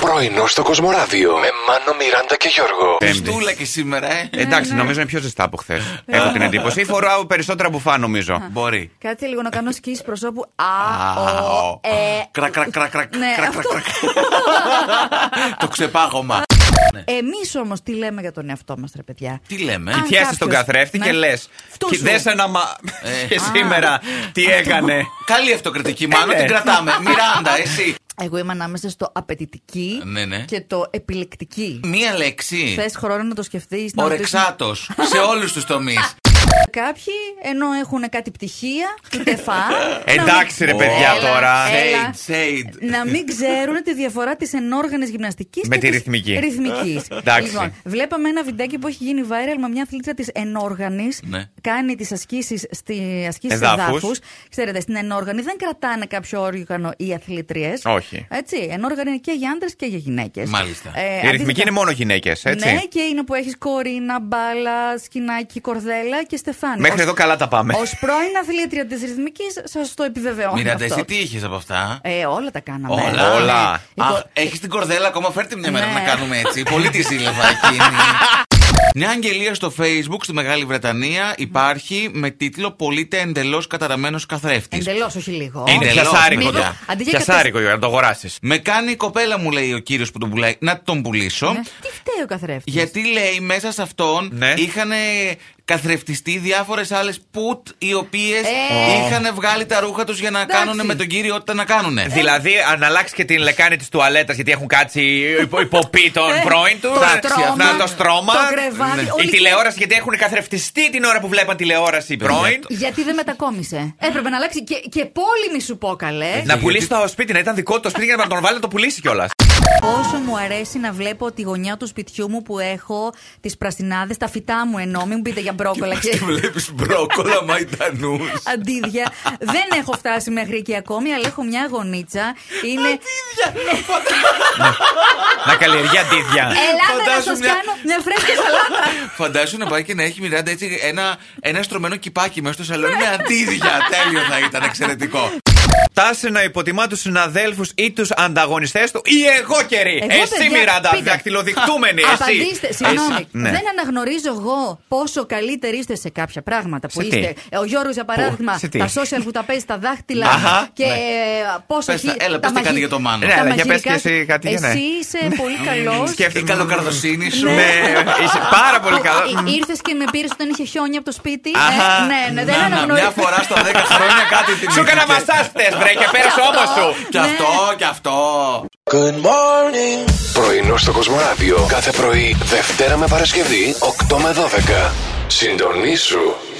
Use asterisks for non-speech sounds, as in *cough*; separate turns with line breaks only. Πρωινό στο Κοσμοράδιο με Μάνο, Μιράντα και Γιώργο.
Πέμπτη.
Στούλα και σήμερα, ε.
Εντάξει, νομίζω είναι πιο ζεστά από χθες. Έχω την εντύπωση. Ή φοράω περισσότερα μπουφά, νομίζω.
Μπορεί.
Κάτσε λίγο να κάνω σκίση προσώπου.
Α,
Α, ο,
ο.
ε.
Κρακ, κρακ, κρακ, κρακ,
Ναι,
κρακ,
αυτό.
κρακ, κρακ. Το ξεπάγωμα. Ναι.
Εμείς όμως τι λέμε για τον εαυτό μας, ρε παιδιά.
Τι λέμε.
Α.
Πιάσε
κάποιος-
τον καθρέφτη
ναι.
και λες.
Φτού σου.
Δες ένα μα.
Ε.
Και σήμερα τι έκανε.
Καλή αυτοκριτική, μάλλον
ναι.
την κρατάμε. Μιράντα, εσύ.
Εγώ είμαι ανάμεσα στο απαιτητική
Ναι, ναι.
και το επιλεκτική.
Μία λέξη.
Θες χρόνο να το σκεφτείς.
Ορεξάτο. Σε όλους τους τομείς.
Κάποιοι ενώ έχουν κάτι πτυχία, του τεφά.
Εντάξει, ρε παιδιά, τώρα.
Έλα. Ε, ναι,
Shade, shade.
να μην ξέρουν τη διαφορά της ενόργανης γυμναστικής
Με τη ρυθμική.
Ρυθμικής.
*laughs* Εντάξει.
Λοιπόν, βλέπαμε ένα βιντεάκι που έχει γίνει viral με μια αθλήτρια της ενόργανης.
Ναι.
Κάνει τις ασκήσεις στη ασκήσεις
Εδάφους.
εδάφους. Ξέρετε, στην ενόργανη δεν κρατάνε κάποιο όργανο οι αθλήτριε.
Όχι.
Έτσι. Ενόργανη είναι και για άντρες και για γυναίκες.
Μάλιστα.
Ε,
Η ρυθμική είναι μόνο γυναίκες,
Ναι,
έτσι.
και είναι που έχεις κορίνα, μπάλα, σκινάκι, κορδέλα και στεφάνι.
Μέχρι
Ως-
εδώ καλά τα πάμε.
Ως πρώην αθλήτρια της ρυθμικής, σας το επιβεβαιώνω.
Μιράντα,
αυτό.
εσύ τι είχες από αυτά.
Ε, όλα τα κάναμε. Ε,
Όλα.
Όλα.
Αχ, έχεις την κορδέλα ακόμα, φέρτε μια μέρα
Λοιπόν, Ναι.
να κάνουμε
*laughs*
έτσι. Πολύ τη ζήλευα εκείνη. Μια αγγελία στο Facebook στη Μεγάλη Βρετανία υπάρχει με τίτλο Πολύτε εντελώς καταραμένος καθρέφτης.
Εντελώς, όχι λίγο.
Ε,
Είναι εντελώς,
Πιασάρικο
μήπως-
τώρα.
αντί για
Πιασάρικο για να το αγοράσεις.
Με κάνει η κοπέλα μου, λέει ο κύριος που τον πουλάει, να τον πουλήσω.
Ναι. Τι φταίει ο καθρέφτης.
Γιατί λέει μέσα σε αυτόν
Ναι.
είχαν καθρεφτιστεί διάφορες άλλες πουτ οι οποίες
Ε.
είχαν βγάλει τα ρούχα τους για να
Εντάξει.
κάνουν με τον κύριο ό,τι να κάνουν.
Ε.
Δηλαδή, αν αλλάξει και την λεκάνη της τουαλέτας, γιατί έχουν κάτσει υπο- υποπεί τον πρώην του.
Ε. το
να-
στρώμα,
να το στρώμα.
το κρεβάτι,
Ναι. Η
όλη- Ναι.
τηλεόραση, γιατί έχουν καθρεφτιστεί την ώρα που βλέπαν τηλεόραση οι πρώην.
Γιατί δεν μετακόμισε. Έπρεπε να αλλάξει και, και πόλη μη σου πω καλέ.
Ε, Να πουλήσει το σπίτι, να ήταν δικό του το σπίτι για να τον βάλει να το πουλήσει κιόλας.
Όσο μου αρέσει να βλέπω τη γωνιά του σπιτιού μου που έχω, τις πρασινάδε, τα φυτά μου ενώ, μην μου πείτε για μπρόκολα και
βλέπεις μπρόκολα μαϊντανού.
αντίδια. δεν έχω φτάσει μέχρι εκεί ακόμη, αλλά έχω μια γωνίτσα. Είναι.
να καλλιεργεί
Ε,
αντίδια.
Ελάτε να σας
Φαντάζομαι μια-
κάνω μια φρέσκια σαλάτα.
Φαντάσου να πάει και να έχει Μιράντα έτσι ένα, ένα στρωμένο κυπάκι μέσα στο σαλόνι με αντίδια. Τέλειο θα ήταν, εξαιρετικό.
Τάση να υποτιμά τους συναδέλφους ή τους ανταγωνιστές του ή εγώ καιρή.
Εγώ,
Εσύ,
παιδιά,
Μιράντα,
πείτε.
δακτυλοδεικτούμενη. εσύ.
Απαντήστε, συγγνώμη.
Εσύ. Ναι.
Δεν αναγνωρίζω εγώ πόσο καλύτεροι είστε σε κάποια πράγματα που
Σε τι?
είστε. Ε, Ο Γιώργος, για παράδειγμα,
σε τι?
τα social που τα παίζει τα δάχτυλα
Αχα,
και
ναι.
ε, πόσο.
Πες τα-
χι-
έλα,
τα
πες τι
μαγει-
κάτι για το Μάνο.
τα
Ναι, αλλά για πες
μαγειρικά
και εσύ
σου.
κάτι για να-
Εσύ είσαι πολύ καλό.
Η καλοκαρδοσύνη σου.
Ναι, είσαι πάρα πολύ καλό.
Ήρθε Ε, και με πήρες όταν είχε χιόνι από το σπίτι. Ε,
Αχα.
Ναι, ναι, δεν
Να, να, μια
αναγνωρίζω.
φορά στα 10 χρόνια κάτι την
Σου έκανα Ναι. μασά χτες, βρε, και πέρασε όμω σου.
Κι αυτό, κι αυτό.
Πρωινό στο Κοσμοράδιο κάθε πρωί, Δευτέρα με Παρασκευή, 8 με 12. Συντονίσου